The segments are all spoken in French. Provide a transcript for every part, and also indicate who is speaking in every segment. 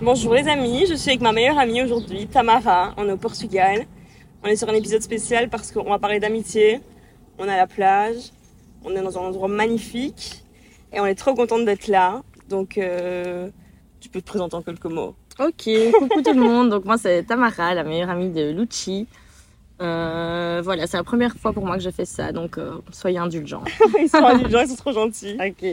Speaker 1: Bonjour les amis, je suis avec ma meilleure amie aujourd'hui, Tamara. On est au Portugal. On est sur un épisode spécial parce qu'on va parler d'amitié. On a la plage. On est dans un endroit magnifique. Et on est trop contente d'être là. Donc, euh, tu peux te présenter en quelques mots.
Speaker 2: Ok, coucou tout le monde. Donc moi c'est Tamara, la meilleure amie de Lucci. Euh, voilà, c'est la première fois pour moi que je fais ça, donc euh, soyez indulgents.
Speaker 1: ils sont indulgents, ils sont trop gentils.
Speaker 2: Ok.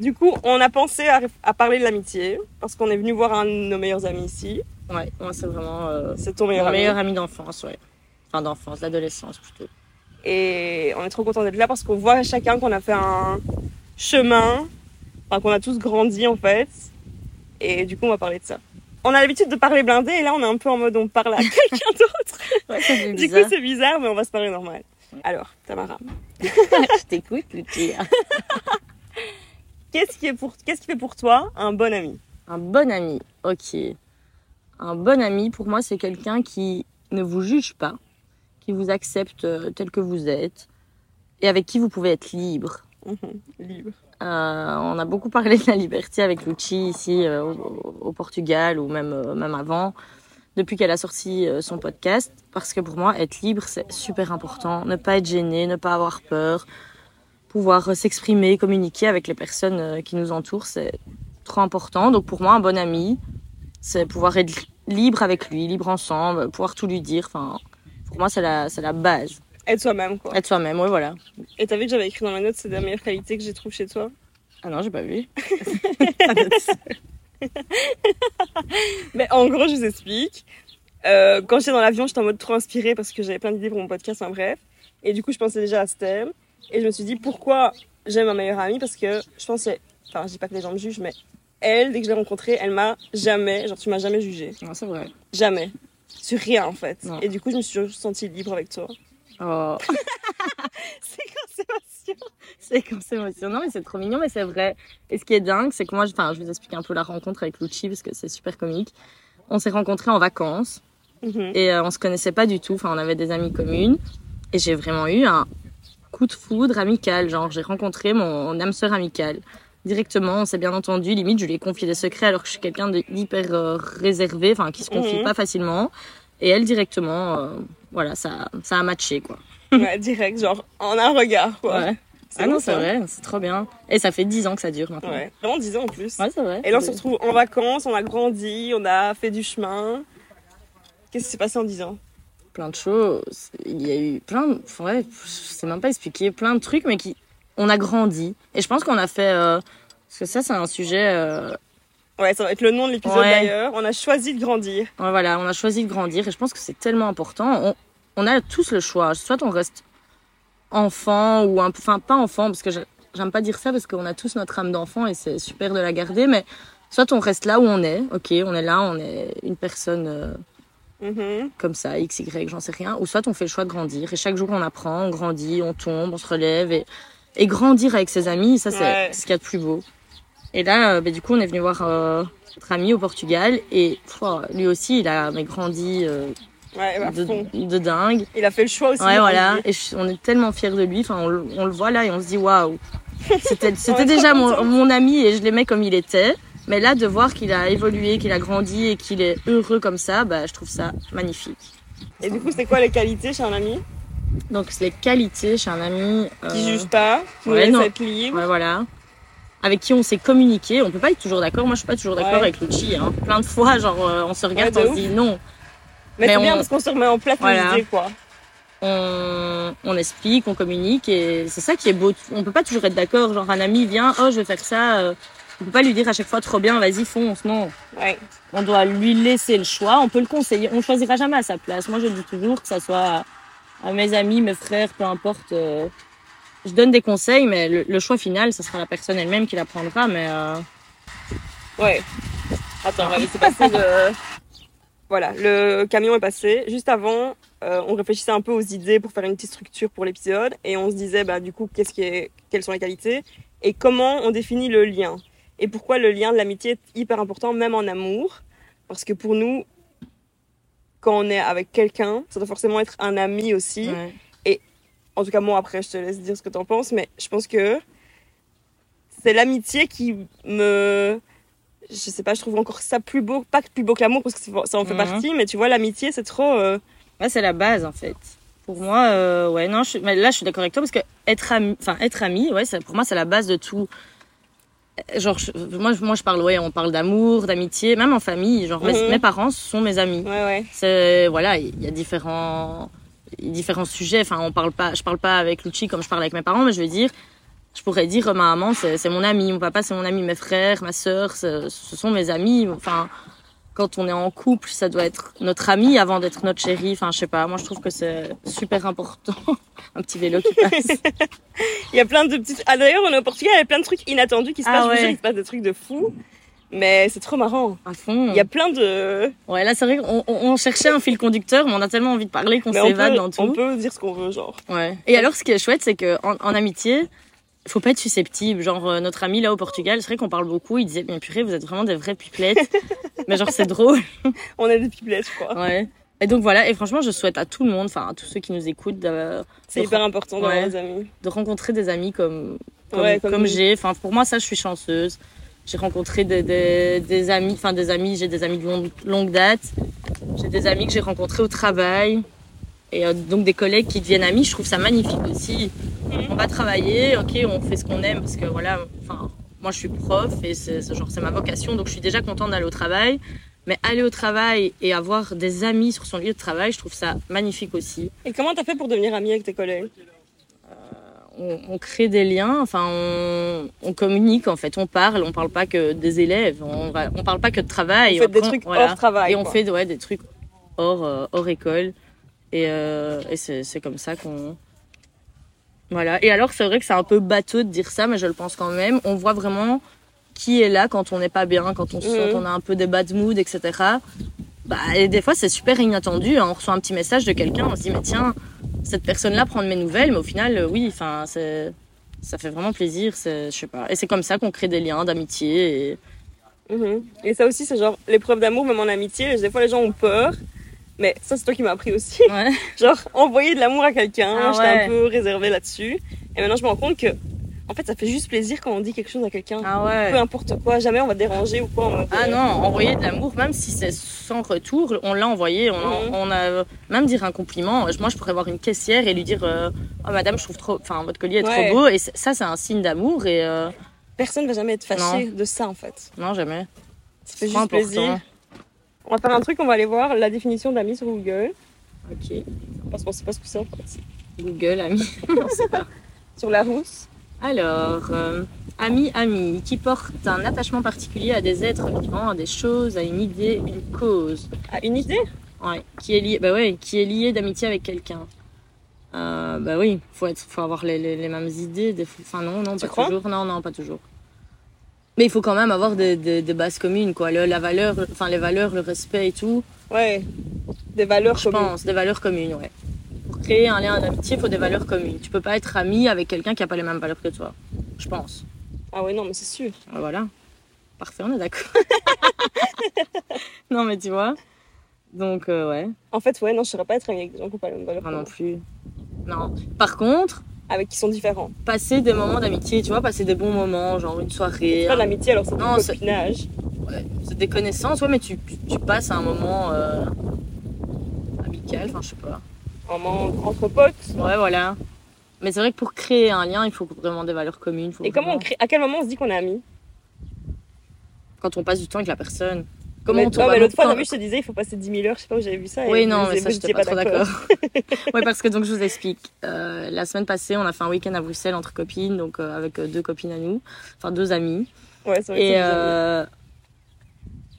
Speaker 1: Du coup, on a pensé à, à parler de l'amitié parce qu'on est venu voir un de nos meilleurs amis ici.
Speaker 2: Ouais, moi c'est vraiment euh,
Speaker 1: C'est ton meilleur
Speaker 2: mon
Speaker 1: ami.
Speaker 2: meilleur ami d'enfance, ouais. Enfin d'enfance, d'adolescence plutôt.
Speaker 1: Et on est trop content d'être là parce qu'on voit à chacun qu'on a fait un chemin, enfin qu'on a tous grandi en fait. Et du coup, on va parler de ça. On a l'habitude de parler blindé et là, on est un peu en mode on parle à quelqu'un d'autre.
Speaker 2: Ouais, ça fait
Speaker 1: Du coup,
Speaker 2: bizarre.
Speaker 1: c'est bizarre, mais on va se parler normal. Alors, Tamara,
Speaker 2: je t'écoute, Lucci.
Speaker 1: qu'est-ce qui, est pour... qu'est-ce qui fait pour toi un bon ami
Speaker 2: Un bon ami, ok. Un bon ami, pour moi, c'est quelqu'un qui ne vous juge pas, qui vous accepte euh, tel que vous êtes, et avec qui vous pouvez être libre.
Speaker 1: Libre.
Speaker 2: Euh, on a beaucoup parlé de la liberté avec Lucci ici euh, au, au Portugal ou même, euh, même avant, depuis qu'elle a sorti euh, son podcast. Parce que pour moi, être libre, c'est super important. Ne pas être gêné, ne pas avoir peur, pouvoir euh, s'exprimer, communiquer avec les personnes euh, qui nous entourent, c'est trop important. Donc pour moi, un bon ami, c'est pouvoir être libre avec lui, libre ensemble, pouvoir tout lui dire. Enfin, pour moi, c'est la, c'est la base.
Speaker 1: Être soi-même, quoi.
Speaker 2: Être soi-même, oui, voilà.
Speaker 1: Et t'as vu que j'avais écrit dans ma note, c'est la meilleure qualité que j'ai trouvé chez toi
Speaker 2: Ah non, j'ai pas vu.
Speaker 1: Mais en gros, je vous explique. Euh, quand j'étais dans l'avion, j'étais en mode trop inspirée parce que j'avais plein d'idées pour mon podcast, en bref. Et du coup, je pensais déjà à ce thème. Et je me suis dit, pourquoi j'aime ma meilleure amie Parce que je pensais, enfin, je dis pas que les gens me jugent, mais elle, dès que je l'ai rencontrée, elle m'a jamais, genre, tu m'as jamais jugée.
Speaker 2: Non, c'est vrai.
Speaker 1: Jamais. Sur rien, en fait.
Speaker 2: Non.
Speaker 1: Et du coup, je me suis toujours sentie libre avec toi.
Speaker 2: Oh.
Speaker 1: C'est quand Sébastien
Speaker 2: C'est comme c'est émotionnant, mais c'est trop mignon, mais c'est vrai. Et ce qui est dingue, c'est que moi, je, enfin, je vous explique un peu la rencontre avec Lucci parce que c'est super comique. On s'est rencontrés en vacances
Speaker 1: Mhm.
Speaker 2: et euh, on se connaissait pas du tout. Enfin, on avait des amis communes et j'ai vraiment eu un coup de foudre amical. Genre, j'ai rencontré mon âme sœur amicale directement. On s'est bien entendu. Limite, je lui ai confié des secrets alors que je suis quelqu'un de- d'hyper euh, réservé, enfin, qui se confie
Speaker 1: Mhm.
Speaker 2: pas facilement. Et elle directement, euh, voilà, ça, ça a matché quoi.
Speaker 1: Ouais, direct, genre, en un regard, quoi.
Speaker 2: Ah non,
Speaker 1: ouf,
Speaker 2: c'est
Speaker 1: hein.
Speaker 2: vrai, c'est trop bien. Et ça fait 10 ans que ça dure maintenant.
Speaker 1: Ouais. Vraiment 10 ans en plus.
Speaker 2: Ouais, c'est vrai.
Speaker 1: Et là, on se retrouve en vacances, on a grandi, on a fait du chemin. Qu'est-ce qui s'est passé en 10 ans
Speaker 2: Plein de choses. Il y a eu plein de. enfin, Ouais, je sais même pas expliquer. Plein de trucs, mais qui. On a grandi. Et je pense qu'on a fait. euh, Parce que ça, c'est un sujet. euh,
Speaker 1: Ouais, ça va être le nom de l'épisode
Speaker 2: Ouais.
Speaker 1: d'ailleurs. On a choisi de grandir.
Speaker 2: ouais, Voilà, on a choisi de grandir. Et je pense que c'est tellement important. On... on a tous le choix. Soit on reste enfant ou un peu. Enfin, pas enfant, parce que je- j'aime pas dire ça, parce qu'on a tous notre âme d'enfant et c'est super de la garder. Mais soit on reste là où on est. Ok, on est là, on est une personne. euh,
Speaker 1: Mhm.
Speaker 2: comme ça, X, Y, j'en sais rien. Ou soit on fait le choix de grandir. Et chaque jour, on apprend, on grandit, on tombe, on se relève. Et, et grandir avec ses amis, ça, c'est
Speaker 1: Ouais.
Speaker 2: ce qu'il y a de plus beau. Et là, euh, ben, du coup, on est venu voir euh, notre ami au Portugal. Et pouah, lui aussi, il a mais, grandi euh,
Speaker 1: Ouais, à fond.
Speaker 2: de, de dingue.
Speaker 1: Il a fait le choix aussi.
Speaker 2: Ouais,
Speaker 1: de
Speaker 2: voilà.
Speaker 1: grandir.
Speaker 2: Et je- on est tellement fiers de lui. Enfin, on, le- on le voit là et on se dit waouh. C'était,
Speaker 1: trop
Speaker 2: c'était déjà mon,
Speaker 1: contente.
Speaker 2: mon ami et je l'aimais comme il était. Mais là, de voir qu'il a évolué, qu'il a grandi et qu'il est heureux comme ça, bah, je trouve ça magnifique.
Speaker 1: Et du coup, c'est quoi les qualités chez un ami
Speaker 2: Donc c'est les qualités chez un ami euh,
Speaker 1: Qui juge pas, qui nous
Speaker 2: ouais,
Speaker 1: laisse
Speaker 2: non.
Speaker 1: être libre.
Speaker 2: ouais, voilà, avec qui on s'est communiqué. On peut pas être toujours d'accord. Moi je suis pas toujours d'accord
Speaker 1: Ouais.
Speaker 2: avec Lucci. Hein. Plein de fois, genre euh, on se regarde,
Speaker 1: Ouais, de
Speaker 2: on se dit non.
Speaker 1: Mais,
Speaker 2: Mais
Speaker 1: c'est
Speaker 2: on-
Speaker 1: bien parce qu'on se remet en place
Speaker 2: Voilà.
Speaker 1: les idées, quoi.
Speaker 2: On, on explique, on communique et c'est ça qui est beau. On peut pas toujours être d'accord. Genre un ami vient, oh je vais faire ça. euh, on peut pas lui dire à chaque fois trop bien, vas-y fonce. Non,
Speaker 1: Ouais.
Speaker 2: on doit lui laisser le choix. On peut le conseiller. On choisira jamais à sa place. Moi je dis toujours que ça soit à, à mes amis, mes frères, peu importe. euh, je donne des conseils, mais le, le choix final, ça sera la personne elle-même qui la prendra. Mais euh,
Speaker 1: Ouais. Attends, on va laisser passer le. Voilà, le camion est passé. Juste avant, euh, on réfléchissait un peu aux idées pour faire une petite structure pour l'épisode et on se disait, bah, du coup, qu'est-ce qui est... quelles sont les qualités et comment on définit le lien. Et pourquoi le lien de l'amitié est hyper important, même en amour. Parce que pour nous, quand on est avec quelqu'un, ça doit forcément être un ami aussi.
Speaker 2: ouais.
Speaker 1: En tout cas, moi, après, je te laisse dire ce que t'en penses, mais je pense que c'est l'amitié qui me. je sais pas, je trouve encore ça plus beau, pas plus beau que l'amour parce que c'est- ça en fait
Speaker 2: Mhm.
Speaker 1: partie, mais tu vois, l'amitié, c'est trop. euh,
Speaker 2: Ouais, c'est la base en fait. Pour moi, euh, ouais, non, je, suis- mais là je suis d'accord avec toi parce que être ami, enfin être ami, ouais, ça- pour moi c'est la base de tout. Euh, Genre, je- moi, je- moi je parle, ouais, on parle d'amour, d'amitié, même en famille. Genre, mes,
Speaker 1: Mhm.
Speaker 2: mes parents sont mes amis.
Speaker 1: Ouais, ouais.
Speaker 2: C'est voilà, il y a différents différents sujets. Enfin, on parle pas, je parle pas avec Lucci comme je parle avec mes parents, mais je veux dire, je pourrais dire euh, ma maman c'est c'est mon ami, mon papa c'est mon ami, mes frères, ma sœur, ce ce sont mes amis. Enfin, quand on est en couple, ça doit être notre ami avant d'être notre chéri. Enfin, je sais pas. Moi, je trouve que c'est super important. Un petit vélo qui passe.
Speaker 1: Il y a plein de petites. Ah, d'ailleurs, on est au Portugal, il y a plein de trucs inattendus qui se
Speaker 2: Ah
Speaker 1: passent. Je vous
Speaker 2: ouais.
Speaker 1: jure, Il se passe des trucs de fou, mais c'est trop marrant.
Speaker 2: À fond.
Speaker 1: Il y a plein de.
Speaker 2: Ouais, là c'est vrai qu'on on- on cherchait un fil conducteur, mais on a tellement envie de parler qu'on
Speaker 1: mais on
Speaker 2: s'évade
Speaker 1: peut,
Speaker 2: dans tout.
Speaker 1: on peut dire ce qu'on veut, genre.
Speaker 2: Ouais. Et alors, ce qui est chouette, c'est que en, en amitié, faut pas être susceptible. Genre, euh, notre ami là au Portugal, c'est vrai qu'on parle beaucoup. Il disait, mais purée, vous êtes vraiment des vraies pipelettes. mais genre, c'est drôle.
Speaker 1: On a des pipelettes, je crois.
Speaker 2: Ouais. Et donc voilà. Et franchement, je souhaite à tout le monde, enfin à tous ceux qui nous écoutent, de,
Speaker 1: C'est
Speaker 2: de-
Speaker 1: hyper important d'avoir
Speaker 2: Ouais.
Speaker 1: des amis.
Speaker 2: de rencontrer des amis comme comme,
Speaker 1: Ouais, comme
Speaker 2: comme
Speaker 1: nous.
Speaker 2: j'ai. Enfin, pour moi, ça, je suis chanceuse. J'ai rencontré des, des, des amis, enfin des amis, j'ai des amis de longue, longue date. J'ai des amis que j'ai rencontrés au travail. Et euh, donc des collègues qui deviennent amis, je trouve ça magnifique aussi.
Speaker 1: Mhm.
Speaker 2: On va travailler, ok, on fait ce qu'on aime parce que voilà, enfin, moi je suis prof et c'est c'est genre c'est ma vocation, donc je suis déjà contente d'aller au travail. Mais aller au travail et avoir des amis sur son lieu de travail, je trouve ça magnifique aussi
Speaker 1: Et comment t'as fait pour devenir amie avec tes collègues
Speaker 2: on, on crée des liens, enfin on, on communique en fait, on parle, on parle pas que des élèves, on, va- on parle pas que de travail.
Speaker 1: Vous faites des
Speaker 2: Après,
Speaker 1: trucs
Speaker 2: voilà.
Speaker 1: hors travail.
Speaker 2: Et on
Speaker 1: quoi.
Speaker 2: fait ouais, des trucs hors, euh, hors école. Et, euh, et c'est c'est comme ça qu'on. Voilà. Et alors, c'est vrai que c'est un peu bateau de dire ça, mais je le pense quand même. On voit vraiment qui est là quand on n'est pas bien, quand on se sent
Speaker 1: Mhm.
Speaker 2: qu'on a un peu des bad moods, etc. Bah, et des fois, c'est super inattendu. hein. On reçoit un petit message de quelqu'un, on se dit, mais tiens, cette personne-là prend de mes nouvelles, mais au final, euh, oui, enfin, c'est. Ça fait vraiment plaisir, c'est- je sais pas. Et c'est comme ça qu'on crée des liens d'amitié. Et...
Speaker 1: Mhm. Et ça aussi, c'est genre l'épreuve d'amour, même en amitié. Des fois, les gens ont peur. Mais ça, c'est toi qui m'as appris aussi.
Speaker 2: Ouais.
Speaker 1: Genre, envoyer de l'amour à quelqu'un,
Speaker 2: Ah
Speaker 1: j'étais
Speaker 2: ouais.
Speaker 1: un peu réservée là-dessus. Et maintenant, je me rends compte que, en fait, ça fait juste plaisir quand on dit quelque chose à quelqu'un.
Speaker 2: Ah ouais.
Speaker 1: Peu importe quoi, jamais on va te déranger ou quoi. en mode,
Speaker 2: Ah
Speaker 1: euh,
Speaker 2: non, envoyer de l'amour, même si c'est sans retour, on l'a envoyé, on,
Speaker 1: Mhm.
Speaker 2: on a même dire un compliment. Euh, Moi, je pourrais voir une caissière et lui dire euh, Oh, madame, je trouve trop, enfin, votre collier est
Speaker 1: Ouais.
Speaker 2: trop beau. Et c'est- ça, c'est un signe d'amour. Et euh,
Speaker 1: Personne va jamais être fâché de ça, en fait.
Speaker 2: non, jamais.
Speaker 1: Ça fait
Speaker 2: Trop
Speaker 1: juste
Speaker 2: important.
Speaker 1: plaisir. On va faire un truc, on va aller voir la définition de l'ami sur Google.
Speaker 2: Ok.
Speaker 1: Parce qu'on sait pas ce que c'est, en fait.
Speaker 2: Google, ami.
Speaker 1: Sur la rousse.
Speaker 2: Alors, euh, ami, ami, qui porte un attachement particulier à des êtres vivants, à des choses, à une idée, une cause.
Speaker 1: Ah, une idée
Speaker 2: Ouais, qui est lié, bah ouais, qui est lié d'amitié avec quelqu'un. Euh, bah oui, faut être, faut avoir les, les, les mêmes idées. Des, fois- enfin non, non,
Speaker 1: Tu
Speaker 2: pas
Speaker 1: crois
Speaker 2: toujours. Non, non, pas toujours. Mais il faut quand même avoir des, des, des bases communes, quoi. Le- la valeur, le- enfin les valeurs, le respect et tout.
Speaker 1: Ouais. Des valeurs
Speaker 2: Je
Speaker 1: communes.
Speaker 2: pense des valeurs communes, ouais. Pour créer un lien d'amitié, il faut des valeurs communes. Tu peux pas être ami avec quelqu'un qui a pas les mêmes valeurs que toi. Je pense.
Speaker 1: Ah ouais, non, mais c'est sûr.
Speaker 2: Ah, Voilà. Parfait, on est d'accord. non, mais tu vois. Donc euh, ouais.
Speaker 1: En fait, ouais, non, je saurais pas être amie avec des gens qui ont pas les mêmes valeurs.
Speaker 2: Ah
Speaker 1: que
Speaker 2: non
Speaker 1: moi.
Speaker 2: plus. Non. Par contre.
Speaker 1: Avec qui sont différents.
Speaker 2: passer des moments d'amitié, tu vois, passer des bons moments, genre une soirée.
Speaker 1: C'est pas de l'amitié, alors c'est du
Speaker 2: Non, c'est-
Speaker 1: copinage.
Speaker 2: Ouais, c'est des connaissances, ouais, mais tu, tu- tu passes un moment euh, amical, enfin, je sais pas.
Speaker 1: Vraiment entre potes.
Speaker 2: Ouais, voilà. Mais c'est vrai que pour créer un lien, il faut vraiment des valeurs communes. faut
Speaker 1: Et comment
Speaker 2: vraiment-
Speaker 1: on crée À quel moment on se dit qu'on est amis
Speaker 2: Quand on passe du temps avec la personne. Comment
Speaker 1: mais, non,
Speaker 2: on tombe
Speaker 1: mais l'autre fois,
Speaker 2: amoureux-
Speaker 1: t'as vu, je te disais, il faut passer 10 000 heures, je sais pas où j'avais vu ça. et
Speaker 2: Oui, non,
Speaker 1: vous-
Speaker 2: mais
Speaker 1: vous
Speaker 2: ça,
Speaker 1: étiez
Speaker 2: j'étais pas trop d'accord. oui, parce que donc, je vous explique. Euh, la semaine passée, on a fait un week-end à Bruxelles entre copines, donc euh, avec euh, deux copines à nous, enfin deux amies.
Speaker 1: Ouais, c'est vrai. que
Speaker 2: Et,
Speaker 1: c'est bizarre.
Speaker 2: euh,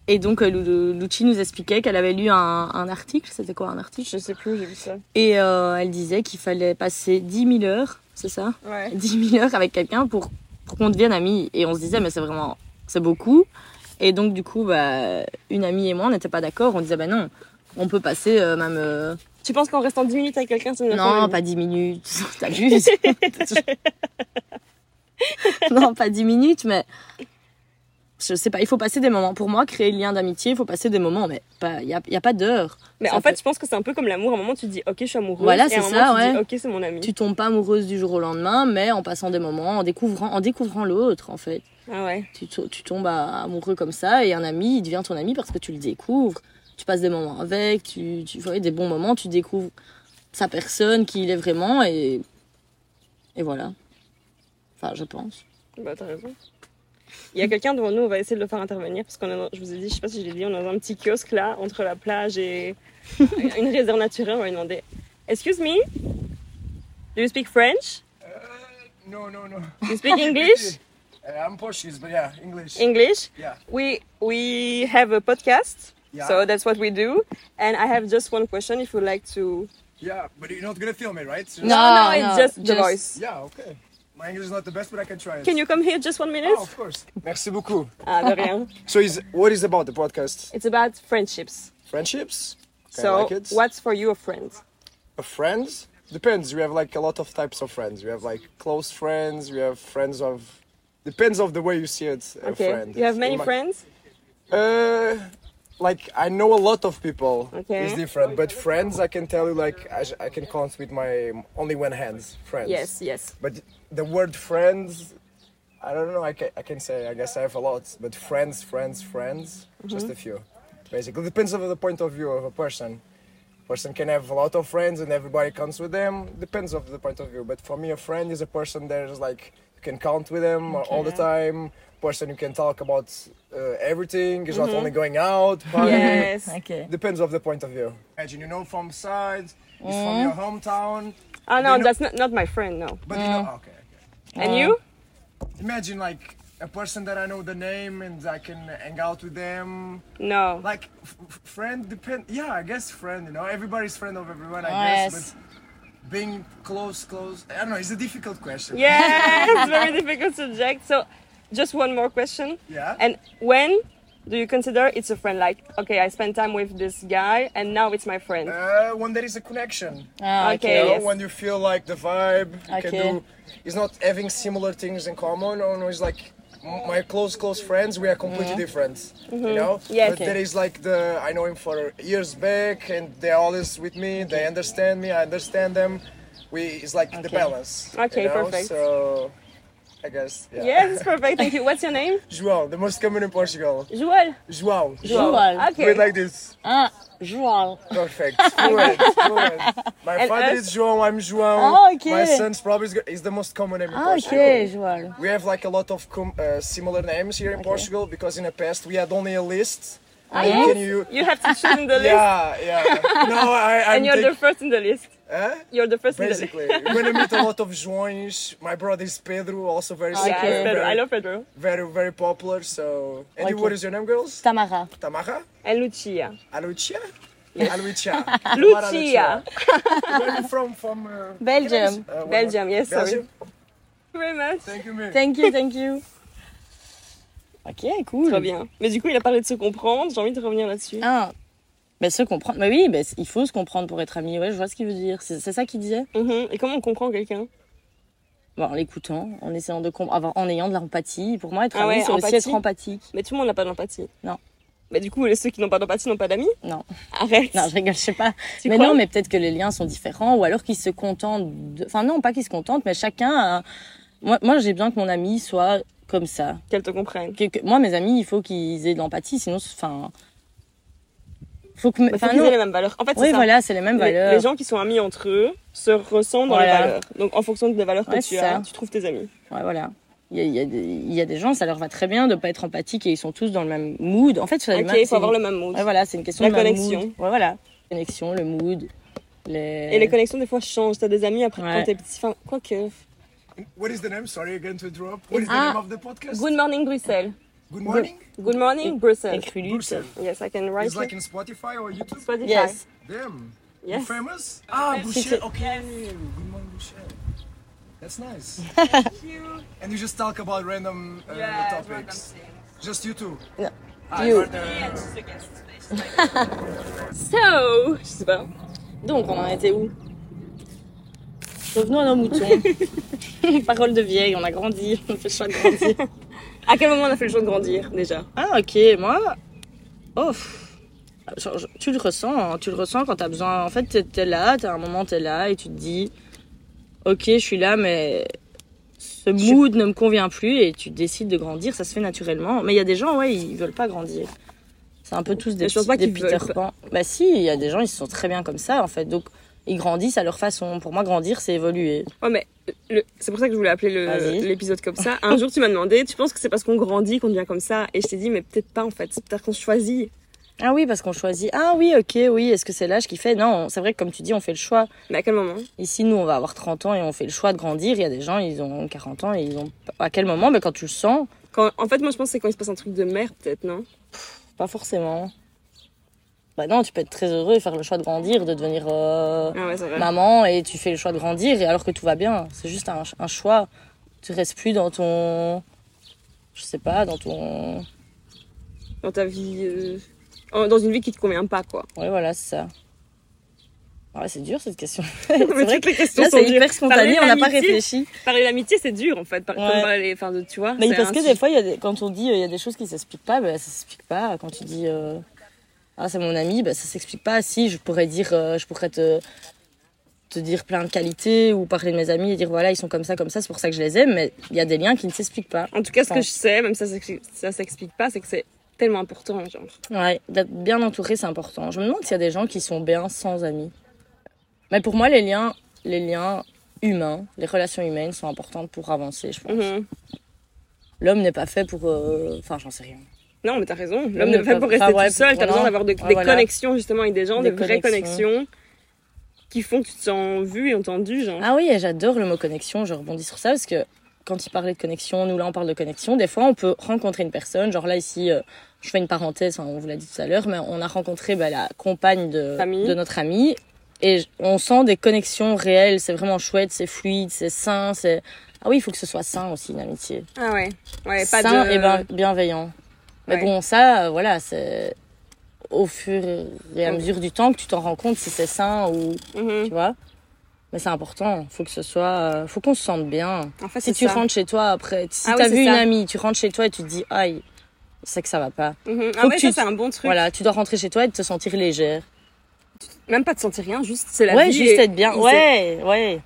Speaker 2: et donc, euh, Lou- Lou- Lucci nous expliquait qu'elle avait lu un, un article. C'était quoi un article
Speaker 1: Je sais plus où j'ai vu ça.
Speaker 2: Et euh, elle disait qu'il fallait passer 10 000 heures, c'est ça
Speaker 1: Ouais.
Speaker 2: 10 000 heures avec quelqu'un pour, pour qu'on devienne amis. Et on se disait, mais c'est vraiment, c'est beaucoup. Et donc, du coup, bah, une amie et moi, on n'était pas d'accord. On disait, bah non, on peut passer euh, même. euh,
Speaker 1: Tu penses qu'en restant 10 minutes avec quelqu'un, ça nous a fait un
Speaker 2: non,
Speaker 1: ami
Speaker 2: pas 10 minutes, t'abuses. non, pas 10 minutes, mais je sais pas, il faut passer des moments. Pour moi, créer le lien d'amitié, il faut passer des moments, mais il n'y a, y a pas d'heure.
Speaker 1: Mais
Speaker 2: Ça
Speaker 1: en fait,
Speaker 2: peut-
Speaker 1: je pense que c'est un peu comme l'amour. À un moment, tu te dis, ok, je suis amoureuse.
Speaker 2: Voilà,
Speaker 1: et à un
Speaker 2: c'est
Speaker 1: moment, tu
Speaker 2: ça,
Speaker 1: te
Speaker 2: ouais.
Speaker 1: dis, ok, c'est mon ami.
Speaker 2: tu tombes pas amoureuse du jour au lendemain, mais en passant des moments, en découvrant, en découvrant l'autre, en fait.
Speaker 1: Ah ouais.
Speaker 2: Tu, to- tu tombes à- amoureux comme ça, et un ami, il devient ton ami parce que tu le découvres. Tu passes des moments avec, tu, tu vois, des bons moments, tu découvres sa personne, qui il est vraiment, et, et voilà. Enfin, je pense.
Speaker 1: Bah, t'as raison. Il y a quelqu'un devant nous, on va essayer de le faire intervenir parce qu'on est dans- je vous ai dit, je sais pas si je l'ai dit, on est dans un petit kiosque là, entre la plage et une réserve naturelle, on va lui demander Excuse me, do you speak French?
Speaker 3: Uh, No, no, no.
Speaker 1: You speak English?
Speaker 3: Uh, I'm Portuguese, but yeah, English.
Speaker 1: English?
Speaker 3: Yeah.
Speaker 1: We, we have a podcast,
Speaker 3: Yeah.
Speaker 1: so that's what we do. And I have just one question if you'd like to.
Speaker 3: yeah, but you're not gonna film it, right? So-
Speaker 2: No.
Speaker 1: no, it's
Speaker 2: no,
Speaker 1: just the
Speaker 2: just-
Speaker 1: voice.
Speaker 3: Yeah, okay. My English is not the best, but I can try it.
Speaker 1: Can you come here just one minute?
Speaker 3: Oh, of course. Merci beaucoup.
Speaker 1: Ah, de rien.
Speaker 3: So, is what is about the podcast?
Speaker 1: It's about friendships.
Speaker 3: Friendships. Kinda
Speaker 1: So,
Speaker 3: like it.
Speaker 1: what's for you a friend?
Speaker 3: A friends depends. We have like a lot of types of friends. We have like close friends. We have friends of. Depends of the way you see it. A
Speaker 1: Okay.
Speaker 3: friend.
Speaker 1: You have
Speaker 3: In
Speaker 1: many
Speaker 3: my-
Speaker 1: friends?
Speaker 3: Uh, like I know a lot of people.
Speaker 1: Okay.
Speaker 3: It's different, but friends, I can tell you, like I, sh- I can count with my only one hand. Friends.
Speaker 1: Yes, yes.
Speaker 3: But the word friends, I don't know. I can I can say I guess I have a lot, but friends, friends, friends, just a few. Basically, depends on the point of view of a person. Person can have a lot of friends and everybody counts with them. Depends of the point of view. But for me, a friend is a person that is like you can count with them all the time. Person you can talk about uh, everything. It's not only going out. partying.
Speaker 1: Yes.
Speaker 2: Ok.
Speaker 3: Depends of the point of view. Imagine you know from sides, it's from your hometown,
Speaker 1: Oh no,
Speaker 3: You know- Ah.
Speaker 1: that's not, not my friend, no.
Speaker 3: but you know. Okay. okay.
Speaker 1: And you?
Speaker 3: imagine like a person that I know the name and I can hang out with them.
Speaker 1: No.
Speaker 3: Like f- f- friend depend. Yeah, I guess friend. You know, everybody's friend of everyone. I
Speaker 2: Yes.
Speaker 3: guess, but being close, close. I don't know. It's a difficult question.
Speaker 1: Yes, very difficult subject. So, just one more question.
Speaker 3: Yeah.
Speaker 1: And when do you consider it's a friend? Like, okay, I spent time with this guy and now it's my friend.
Speaker 3: Uh, when there is a connection.
Speaker 2: Ah,
Speaker 1: Ok.
Speaker 3: You know,
Speaker 1: Yes.
Speaker 3: when you feel like the vibe, you
Speaker 2: Okay.
Speaker 3: can do. It's not having similar things in common, or no, it's like m- my close, close friends, we are completely different. You know?
Speaker 1: Mm-hmm. Yeah,
Speaker 3: But
Speaker 1: okay.
Speaker 3: there is like the, I know him for years back, and they're always with me, they understand me, I understand them. We, it's like the balance. you
Speaker 1: Okay,
Speaker 3: know?
Speaker 1: perfect.
Speaker 3: So, I guess, yeah.
Speaker 1: Yes, it's perfect. Thank you. What's your name?
Speaker 3: João, the most common in Portugal.
Speaker 1: Joel.
Speaker 3: João.
Speaker 2: Joel.
Speaker 3: Do it
Speaker 1: Okay.
Speaker 3: like this.
Speaker 2: Ah, Joël.
Speaker 3: Perfect. Fluent. Fluent. My
Speaker 1: And
Speaker 3: father
Speaker 1: us? Oh,
Speaker 3: is João. I'm João.
Speaker 2: Ah, okay.
Speaker 3: My son's probably is, go- is the most common name in
Speaker 2: Ah, ok,
Speaker 3: Portugal.
Speaker 2: Joël.
Speaker 3: We have like a lot of com- uh, similar names here in Portugal because in the past we had only a list. Ah,
Speaker 1: yes?
Speaker 3: Can you?
Speaker 1: You have to choose in the list.
Speaker 3: Yeah, yeah. No, I. I'm
Speaker 1: And you're the
Speaker 3: take-
Speaker 1: first in the list.
Speaker 3: Huh?
Speaker 1: You're the first in
Speaker 3: Basically, we're gonna meet a lot of Joões. My brother is Pedro, also very
Speaker 1: the list.
Speaker 3: similar,
Speaker 1: Yes, Pedro. I
Speaker 3: very,
Speaker 1: love Pedro.
Speaker 3: very, very popular. So, and you,
Speaker 2: Okay.
Speaker 3: what is your name, girls?
Speaker 2: Tamara.
Speaker 3: Tamara,
Speaker 1: And Lucia.
Speaker 3: Alucia, Alucia, Tamara
Speaker 1: Lucia.
Speaker 3: Where are you from? From uh,
Speaker 2: Belgium.
Speaker 3: Uh, what-
Speaker 1: Belgium, yes, sorry.
Speaker 3: Belgium?
Speaker 1: Thank you very much.
Speaker 3: Thank you, man.
Speaker 2: Thank you, thank you. Ok, cool.
Speaker 1: Très bien. Mais du coup, il a parlé de se comprendre. J'ai envie de revenir là-dessus.
Speaker 2: Ah. Ben, se comprendre. Mais oui, ben, il faut se comprendre pour être ami. Ouais, je vois ce qu'il veut dire. C'est c'est ça qu'il disait
Speaker 1: Mhm. Et comment on comprend quelqu'un
Speaker 2: Bon, En l'écoutant, en essayant de comprendre, avoir- en ayant de l'empathie. Pour moi, être
Speaker 1: Ah
Speaker 2: ami,
Speaker 1: ouais,
Speaker 2: c'est aussi être empathique.
Speaker 1: Mais tout le monde n'a pas d'empathie.
Speaker 2: Non.
Speaker 1: Bah du coup, les- ceux qui n'ont pas d'empathie n'ont pas d'amis
Speaker 2: Non.
Speaker 1: Arrête.
Speaker 2: Non, je rigole, je sais pas.
Speaker 1: Tu
Speaker 2: mais
Speaker 1: crois
Speaker 2: non, mais peut-être que les liens sont différents ou alors qu'ils se contentent de. Enfin, non, pas qu'ils se contentent, mais chacun. a un- Moi, moi j'ai besoin que mon ami soit comme ça.
Speaker 1: Qu'elles te comprennent.
Speaker 2: Que- que- Moi, mes amis, il faut qu'ils aient de l'empathie, sinon, c'est- enfin. Faut que.
Speaker 1: Il Bah, faut
Speaker 2: Enfin,
Speaker 1: qu'ils aient
Speaker 2: non.
Speaker 1: les mêmes valeurs. En fait,
Speaker 2: Oui,
Speaker 1: c'est ça.
Speaker 2: voilà, c'est les mêmes
Speaker 1: Les-
Speaker 2: valeurs.
Speaker 1: Les, gens qui sont amis entre eux se ressentent dans
Speaker 2: Voilà.
Speaker 1: les valeurs. Donc en fonction des valeurs que
Speaker 2: Ouais,
Speaker 1: tu
Speaker 2: c'est
Speaker 1: as,
Speaker 2: ça.
Speaker 1: tu trouves tes amis.
Speaker 2: Ouais, voilà. Il y, a, il, y a des, il y a des gens, ça leur va très bien de pas être empathique et ils sont tous dans le même mood. En fait, c'est
Speaker 1: Ok, il faut avoir le même mood.
Speaker 2: Ouais, voilà, c'est une question
Speaker 1: La
Speaker 2: de même
Speaker 1: connexion.
Speaker 2: mood. Ouais, voilà. Connexion, le mood. Les...
Speaker 1: Et les connexions des fois changent. T'as des amis après
Speaker 2: Ouais.
Speaker 1: quand t'es petit. Enfin, quoi que.
Speaker 3: What is the name? Sorry again to interrupt. What is the
Speaker 1: Ah.
Speaker 3: name of the podcast?
Speaker 1: Good morning Bruxelles.
Speaker 3: Good morning.
Speaker 1: Good morning
Speaker 2: les
Speaker 1: Bruxelles.
Speaker 2: crulutes.
Speaker 3: Bruxelles.
Speaker 1: Yes, I can write
Speaker 3: It's like
Speaker 1: it.
Speaker 3: in Spotify or YouTube.
Speaker 1: Spotify.
Speaker 2: Yes.
Speaker 3: Damn. You
Speaker 1: Yes.
Speaker 3: famous? Ah, Bruxelles. Okay. Good morning, Bruxelles. That's nice. and you just talk about random uh, topics. Just you two.
Speaker 2: No.
Speaker 3: Ah,
Speaker 2: You.
Speaker 3: you're the-
Speaker 1: So, je sais pas.
Speaker 2: Donc, on en était où Revenons à nos moutons. Parole de vieille, on a grandi, on fait choix de grandir.
Speaker 1: À quel moment on a fait le choix de grandir déjà
Speaker 2: Ah ok, moi, oh, pff. Genre, je- tu le ressens, hein. tu le ressens quand t'as besoin. En fait, t'es- t'es là, t'as un moment, t'es là et tu te dis, ok, je suis là, mais ce
Speaker 1: Je-
Speaker 2: mood ne me convient plus et tu décides de grandir, ça se fait naturellement. Mais il y a des gens, ouais, ils veulent pas grandir. C'est un peu tous des,
Speaker 1: Mais je pense
Speaker 2: petits-
Speaker 1: pas
Speaker 2: des
Speaker 1: qu'ils
Speaker 2: Peter
Speaker 1: veulent
Speaker 2: Pan. Bah si, il y a des gens, ils se sont très bien comme ça en fait. Donc ils grandissent à leur façon. Pour moi, grandir, c'est évoluer.
Speaker 1: Ouais, mais le- c'est pour ça que je voulais appeler le-
Speaker 2: Vas-y.
Speaker 1: l'épisode comme ça. Un jour, tu m'as demandé, tu penses que c'est parce qu'on grandit qu'on devient comme ça Et je t'ai dit, mais peut-être pas en fait. C'est peut-être qu'on choisit.
Speaker 2: Ah oui, parce qu'on choisit. Ah oui, ok, oui. Est-ce que c'est l'âge qui fait Non, c'est vrai que comme tu dis, on fait le choix.
Speaker 1: Mais à quel moment
Speaker 2: Ici, nous, on va avoir 30 ans et on fait le choix de grandir. Il y a des gens, ils ont 40 ans et ils ont. À quel moment Mais quand tu le sens,
Speaker 1: Quand- En fait, moi, je pense que c'est quand il se passe un truc de merde, peut-être, non
Speaker 2: pas forcément. Bah non, tu peux être très heureux et faire le choix de grandir, de devenir euh,
Speaker 1: Ah ouais, c'est vrai.
Speaker 2: maman et tu fais le choix de grandir et alors que tout va bien. C'est juste un, un choix. Tu restes plus dans ton. Je sais pas, dans ton.
Speaker 1: Dans ta vie. euh, en- Dans une vie qui te convient pas, quoi.
Speaker 2: Ouais, voilà, c'est ça. Ouais, c'est dur cette question.
Speaker 1: Mais
Speaker 2: c'est vrai
Speaker 1: toutes les questions
Speaker 2: Là,
Speaker 1: sont
Speaker 2: c'est
Speaker 1: dures.
Speaker 2: hyper spontané, on n'a pas
Speaker 1: Parler d'amitié.
Speaker 2: réfléchi.
Speaker 1: Parler d'amitié, c'est dur, en fait. Par...
Speaker 2: Ouais.
Speaker 1: comme parler- enfin, de- tu vois.
Speaker 2: Mais
Speaker 1: c'est
Speaker 2: parce
Speaker 1: un
Speaker 2: que
Speaker 1: sujet.
Speaker 2: des fois, il y a des- quand on dit euh, il y a des choses qui s'expliquent pas, bah, ça s'explique pas. Quand tu dis euh, ah c'est mon ami, bah, ça s'explique pas. Si je pourrais dire, euh, je pourrais te te dire plein de qualités ou parler de mes amis et dire voilà ils sont comme ça comme ça, c'est pour ça que je les aime. Mais il y a des liens qui ne s'expliquent pas.
Speaker 1: En tout cas, ce que
Speaker 2: Pense.
Speaker 1: je sais, même ça, s'explique- ça s'explique pas, c'est que c'est tellement important, genre.
Speaker 2: Ouais, d'être bien entouré, c'est important. Je me demande s'il y a des gens qui sont bien sans amis. Mais pour moi, les liens, les liens humains, les relations humaines sont importantes pour avancer, je pense.
Speaker 1: Mhm.
Speaker 2: L'homme n'est pas fait pour. euh, Enfin, j'en sais rien.
Speaker 1: Non, mais t'as raison.
Speaker 2: L'homme
Speaker 1: L'homme n'est
Speaker 2: ne
Speaker 1: pas
Speaker 2: peut
Speaker 1: pour
Speaker 2: pas-
Speaker 1: rester
Speaker 2: ouais,
Speaker 1: tout seul. T'as
Speaker 2: voilà.
Speaker 1: besoin d'avoir de-
Speaker 2: Ouais,
Speaker 1: des
Speaker 2: voilà.
Speaker 1: connexions, justement, avec des gens,
Speaker 2: Des
Speaker 1: des vraies
Speaker 2: connexions.
Speaker 1: connexions qui font que tu te sens vu et entendu, genre.
Speaker 2: Ah oui, et j'adore le mot connexion, je rebondis sur ça parce que quand il parlait de connexion, nous là on parle de connexion, des fois on peut rencontrer une personne, genre là ici, euh, je fais une parenthèse, hein, on vous l'a dit tout à l'heure, mais on a rencontré bah, la compagne de,
Speaker 1: Famille.
Speaker 2: de notre ami et j- on sent des connexions réelles, c'est vraiment chouette, c'est fluide, c'est sain, c'est... Ah oui, il faut que ce soit sain aussi une amitié.
Speaker 1: Ah, ouais. Ouais, pas
Speaker 2: sain
Speaker 1: de.
Speaker 2: et ben- bienveillant. Mais
Speaker 1: Ouais.
Speaker 2: bon, ça, euh, voilà, c'est au fur et à
Speaker 1: Ok.
Speaker 2: mesure du temps que tu t'en rends compte si c'est sain ou
Speaker 1: Mhm.
Speaker 2: tu vois. Mais c'est important, faut que ce soit, euh, faut qu'on se sente bien.
Speaker 1: En fait,
Speaker 2: Si
Speaker 1: Ah, c'est
Speaker 2: tu
Speaker 1: ça.
Speaker 2: rentres chez toi après, si
Speaker 1: Ah oui,
Speaker 2: t'as
Speaker 1: c'est
Speaker 2: vu une
Speaker 1: ça.
Speaker 2: amie, tu rentres chez toi et tu te dis aïe, c'est que ça va pas.
Speaker 1: Mhm. Ah
Speaker 2: Faut
Speaker 1: ouais,
Speaker 2: que tu
Speaker 1: ça,
Speaker 2: te-
Speaker 1: c'est un bon truc.
Speaker 2: Voilà, tu dois rentrer chez toi et te sentir légère.
Speaker 1: Même pas de sentir rien, juste c'est la
Speaker 2: ouais,
Speaker 1: vie.
Speaker 2: juste
Speaker 1: et-
Speaker 2: être bien.
Speaker 1: et
Speaker 2: Ouais, ouais.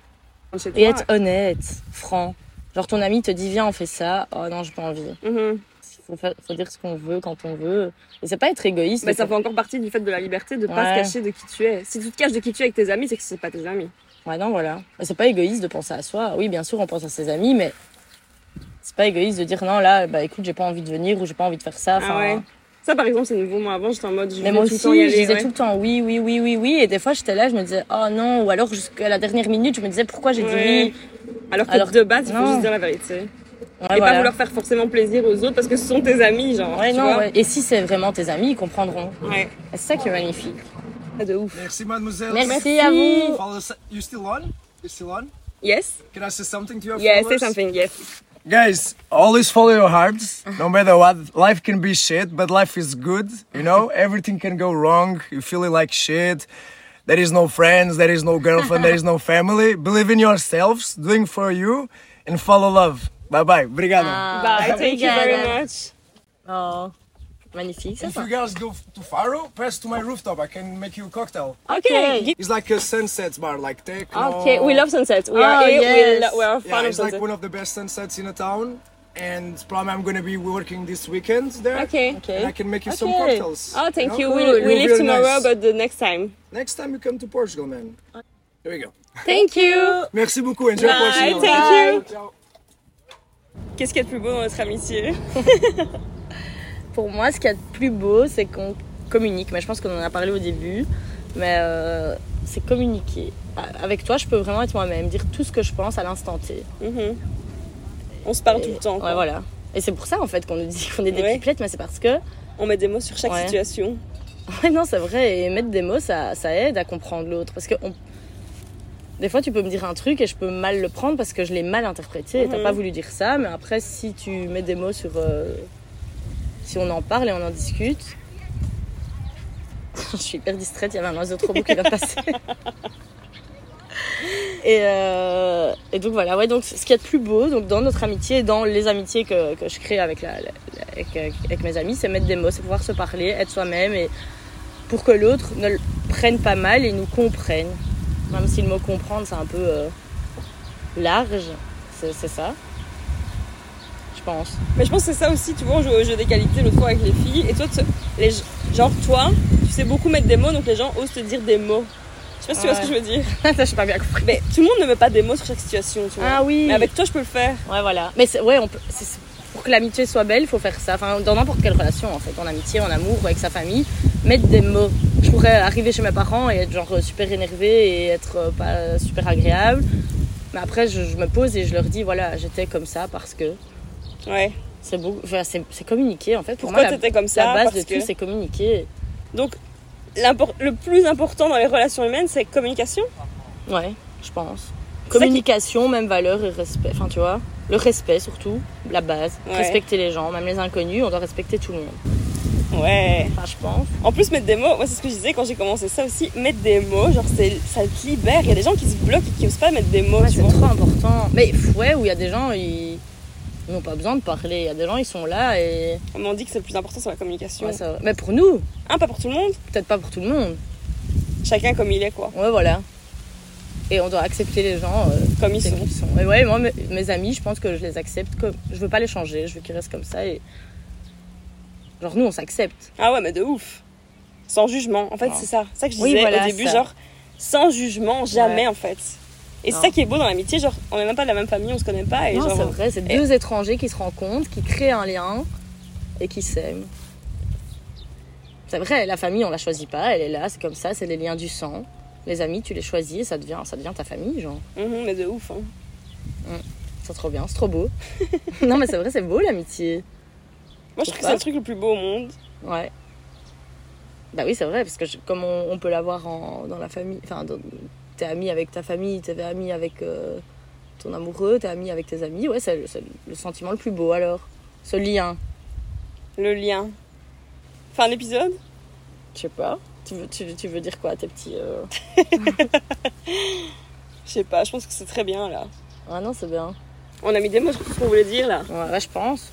Speaker 1: c'est- chez
Speaker 2: Et
Speaker 1: toi.
Speaker 2: être honnête, franc. Genre ton ami te dit viens on fait ça. Oh non j'ai pas envie.
Speaker 1: Mhm.
Speaker 2: Faut, fa- faut dire ce qu'on veut quand on veut. Et c'est pas être égoïste.
Speaker 1: Mais
Speaker 2: mais
Speaker 1: Bah, ça
Speaker 2: faut-
Speaker 1: fait encore partie du fait de la liberté de
Speaker 2: Ouais.
Speaker 1: pas se cacher de qui tu es. Si tu te caches de qui tu es avec tes amis, c'est que c'est pas tes amis.
Speaker 2: Ouais, non, voilà. Mais C'est pas égoïste de penser à soi. Oui, bien sûr, on pense à ses amis, mais c'est pas égoïste de dire non, là, bah écoute, j'ai pas envie de venir ou j'ai pas envie de faire ça. Enfin,
Speaker 1: Ah ouais. Ça, par exemple, c'est nouveau. Moi, avant, j'étais en mode. Je
Speaker 2: Mais
Speaker 1: vais
Speaker 2: moi
Speaker 1: tout
Speaker 2: aussi,
Speaker 1: le temps y aller,
Speaker 2: je disais
Speaker 1: ouais.
Speaker 2: tout le temps oui, oui, oui, oui, oui. Et des fois, j'étais là, je me disais oh non. Ou alors, jusqu'à la dernière minute, je me disais pourquoi j'ai
Speaker 1: Ouais.
Speaker 2: dit oui.
Speaker 1: Alors que
Speaker 2: Alors-
Speaker 1: de base, il faut
Speaker 2: Non.
Speaker 1: juste dire la vérité.
Speaker 2: Ouais,
Speaker 1: et
Speaker 2: voilà.
Speaker 1: pas vouloir faire forcément plaisir aux autres parce que ce sont tes amis, genre.
Speaker 2: Ouais,
Speaker 1: tu
Speaker 2: non,
Speaker 1: vois.
Speaker 2: ouais. Et si c'est vraiment tes amis, ils comprendront.
Speaker 1: Ouais.
Speaker 2: Et C'est ça qui est magnifique.
Speaker 1: Ah, de ouf.
Speaker 3: Merci, mademoiselle.
Speaker 2: Merci, à vous.
Speaker 3: Follow us- You still on? You still on?
Speaker 1: Yes?
Speaker 3: Can I say something to your
Speaker 1: Yes, say
Speaker 3: followers?
Speaker 1: something, yes.
Speaker 3: Guys, always follow your hearts,
Speaker 1: Uh-huh.
Speaker 3: no matter what. Life can be shit, but life is good, you know? Everything can go wrong, you feeling like shit. There is no friends, there is no girlfriend, there is no family. Believe in yourselves, doing for you, and follow love. Bye bye, obrigado.
Speaker 1: Bye, thank you very
Speaker 2: Obrigada.
Speaker 1: much.
Speaker 2: Ah, Oh, magnifique, ça.
Speaker 3: If you guys go f- to Faro, press to my rooftop, I can make you a cocktail.
Speaker 1: Okay. Oh.
Speaker 3: It's like a sunset bar, like techno.
Speaker 1: Okay, we love sunset. We
Speaker 2: Oh,
Speaker 1: are, here,
Speaker 2: yes.
Speaker 1: we, lo- we are
Speaker 3: Yeah,
Speaker 1: fan of
Speaker 3: it's like
Speaker 1: sunset.
Speaker 3: one of the best sunsets in a town. And probably I'm gonna be working this weekend there.
Speaker 1: Okay.
Speaker 2: Okay.
Speaker 3: And I can make you some
Speaker 2: Okay.
Speaker 3: cocktails.
Speaker 1: Oh, thank
Speaker 3: know?
Speaker 1: you.
Speaker 3: Cool.
Speaker 1: We'll,
Speaker 3: It'll
Speaker 1: we
Speaker 3: be
Speaker 1: leave
Speaker 3: really
Speaker 1: tomorrow,
Speaker 3: nice.
Speaker 1: but the next time.
Speaker 3: Next time you come to Portugal, man. Here we go.
Speaker 1: Thank you.
Speaker 3: Merci beaucoup. Enjoy
Speaker 1: Bye.
Speaker 3: Portugal.
Speaker 1: Thank you.
Speaker 3: Ciao.
Speaker 1: Qu'est-ce qu'il y a de plus beau dans notre amitié?
Speaker 2: Pour moi, ce qu'il y a de plus beau, c'est qu'on communique. Mais je pense qu'on en a parlé au début. Mais euh, c'est communiquer. A- Avec toi, je peux vraiment être moi-même, dire tout ce que je pense à l'instant T.
Speaker 1: Mhm. On se parle tout le temps. quoi.
Speaker 2: Ouais, voilà. Et c'est pour ça, en fait, qu'on nous dit qu'on est des
Speaker 1: Ouais.
Speaker 2: pipelettes, mais c'est parce que.
Speaker 1: On met des mots sur chaque
Speaker 2: Ouais.
Speaker 1: situation.
Speaker 2: Ouais, non, c'est vrai. Et mettre des mots, ça, ça aide à comprendre l'autre. Parce que on- des fois, tu peux me dire un truc et je peux mal le prendre parce que je l'ai mal interprété. T'as
Speaker 1: Mhm.
Speaker 2: pas voulu dire ça, mais après, si tu mets des mots sur. euh, Si on en parle et on en discute. je suis hyper distraite, il y avait un oiseau trop beau qui vient de passer. Et, euh, et donc voilà, ouais, donc ce qu'il y a de plus beau donc dans notre amitié et dans les amitiés que, que je crée avec, la, la- la- avec, avec- avec mes amis, c'est mettre des mots, c'est pouvoir se parler, être soi-même et pour que l'autre ne le prenne pas mal et nous comprenne. Même si le mot comprendre c'est un peu euh, large, c'est c'est ça. Je pense.
Speaker 1: Mais je pense que c'est ça aussi, tu vois, on joue au jeu des qualités l'autre fois avec les filles. Et toi, tu- les, genre toi, tu sais beaucoup mettre des mots, donc les gens osent te dire des mots. Je sais pas si tu vois
Speaker 2: Ouais.
Speaker 1: ce que je veux dire.
Speaker 2: ça, j'ai pas bien compris.
Speaker 1: Mais tout le monde ne met pas des mots sur chaque situation, tu vois.
Speaker 2: Ah oui.
Speaker 1: Mais avec toi, je peux le faire.
Speaker 2: Ouais, voilà. Mais c'est- ouais, on peut, c'est- c'est- pour que l'amitié soit belle, il faut faire ça. Enfin, dans n'importe quelle relation, en fait, en amitié, en amour, avec sa famille, mettre des mots. Je pourrais arriver chez mes parents et être genre euh, super énervée et être euh, pas super agréable. Mais après, je, je me pose et je leur dis, voilà, j'étais comme ça parce que
Speaker 1: Ouais.
Speaker 2: c'est beau. Enfin, c'est c'est communiquer, en fait. Pour
Speaker 1: Pourquoi
Speaker 2: moi, la,
Speaker 1: t'étais comme ça
Speaker 2: la base
Speaker 1: Parce
Speaker 2: de
Speaker 1: que-
Speaker 2: tout, c'est communiquer.
Speaker 1: Donc, l'impor- le plus important dans les relations humaines, c'est communication.
Speaker 2: Ouais, je pense.
Speaker 1: C'est ça qui-
Speaker 2: Communication, même valeur et respect. Enfin, tu vois, le respect surtout, la base.
Speaker 1: Ouais.
Speaker 2: Respecter les gens, même les inconnus, on doit respecter tout le monde.
Speaker 1: Ouais.
Speaker 2: Enfin, je pense.
Speaker 1: En plus, mettre des mots, moi, c'est ce que je disais quand j'ai commencé ça aussi. Mettre des mots, genre, c'est- ça te libère. Il y a des gens qui se bloquent et qui osent pas mettre des mots,
Speaker 2: Ouais,
Speaker 1: tu
Speaker 2: c'est
Speaker 1: vois.
Speaker 2: trop important. Mais pff, ouais, où il y a des gens, ils ils n'ont pas besoin de parler. Il y a des gens, ils sont là et.
Speaker 1: On m'a dit que c'est le plus important, c'est la communication.
Speaker 2: Ouais, ça- Mais pour nous,
Speaker 1: Un, pas pour tout le monde,
Speaker 2: peut-être pas pour tout le monde.
Speaker 1: chacun comme il est, quoi.
Speaker 2: Ouais, voilà. Et on doit accepter les gens euh,
Speaker 1: Comme ils
Speaker 2: tels
Speaker 1: sont.
Speaker 2: qu'ils sont. Et ouais, moi, mes, mes amis, je pense que je les accepte comme. Je veux pas les changer, je veux qu'ils restent comme ça et. Genre, nous, on s'accepte.
Speaker 1: Ah ouais, mais de ouf. Sans jugement. En fait,
Speaker 2: Ouais.
Speaker 1: c'est ça. C'est ça que je
Speaker 2: Oui,
Speaker 1: disais
Speaker 2: voilà,
Speaker 1: au début,
Speaker 2: ça.
Speaker 1: genre, sans jugement, jamais,
Speaker 2: Ouais.
Speaker 1: en fait. Et c'est
Speaker 2: Non.
Speaker 1: ça qui est beau dans l'amitié, genre, on est même pas de la même famille, on se connaît pas, et
Speaker 2: non, c'est
Speaker 1: genre,
Speaker 2: vrai, c'est
Speaker 1: et-
Speaker 2: deux étrangers qui se rencontrent, qui créent un lien et qui s'aiment. C'est vrai, la famille, on la choisit pas, elle est là, c'est comme ça, c'est les liens du sang. Les amis, tu les choisis et ça devient, ça devient ta famille, genre.
Speaker 1: mhm, mais de ouf. hein.
Speaker 2: C'est trop bien, c'est trop beau. non, mais c'est vrai, c'est beau l'amitié.
Speaker 1: Moi, je trouve que
Speaker 2: Pourquoi
Speaker 1: c'est le truc le plus beau au monde.
Speaker 2: Ouais. Bah oui, c'est vrai, parce que je- comme on, on peut l'avoir en- dans la famille, enfin, dans- t'es ami avec ta famille, t'es ami avec euh, ton amoureux, t'es ami avec tes amis, ouais, c'est le- c'est le sentiment le plus beau alors. Ce lien.
Speaker 1: Le lien. Fin d'épisode
Speaker 2: Je sais pas. Tu veux, tu, tu veux dire quoi à tes petits. euh,
Speaker 1: Je sais pas, je pense que c'est très bien, là.
Speaker 2: Ah non, c'est bien.
Speaker 1: On a mis des mots sur tout ce qu'on voulait dire, là.
Speaker 2: Ouais, ouais, je pense.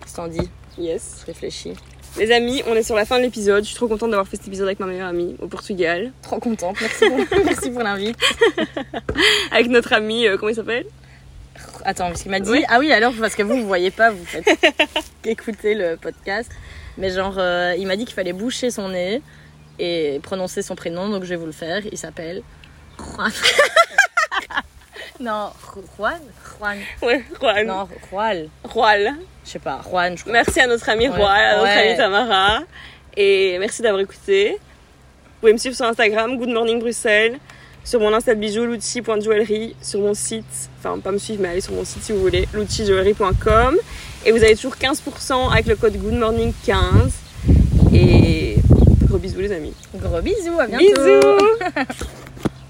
Speaker 2: Qu'est-ce que t'en dis
Speaker 1: Yes.
Speaker 2: Je réfléchis.
Speaker 1: Les amis, on est sur la fin de l'épisode. Je suis trop contente d'avoir fait cet épisode avec ma meilleure amie au Portugal.
Speaker 2: Trop contente. Merci pour, merci pour l'invite.
Speaker 1: Avec notre ami, euh, comment il s'appelle
Speaker 2: Attends, parce qu'il m'a dit.
Speaker 1: Oui.
Speaker 2: Ah oui, alors, parce que vous, vous voyez pas, vous faites écouter le podcast. Mais genre, euh, il m'a dit qu'il fallait boucher son nez et prononcer son prénom, donc je vais vous le faire. Il s'appelle. Juan. non, Juan Juan.
Speaker 1: Ouais, Juan.
Speaker 2: Non, Juan.
Speaker 1: Juan.
Speaker 2: Je sais pas, Juan, je crois.
Speaker 1: Merci à notre ami
Speaker 2: Ouais.
Speaker 1: Roy, à notre
Speaker 2: Ouais.
Speaker 1: ami Tamara. Et merci d'avoir écouté. Vous pouvez me suivre sur Instagram, Good Morning Bruxelles, sur mon Insta de bijoux, lucci.joaillerie, sur mon site, enfin pas me suivre, mais allez sur mon site si vous voulez, luccijoaillerie.com. Et vous avez toujours 15% avec le code Good Morning 15. Et gros bisous les amis.
Speaker 2: Gros bisous, à bientôt.
Speaker 1: Bisous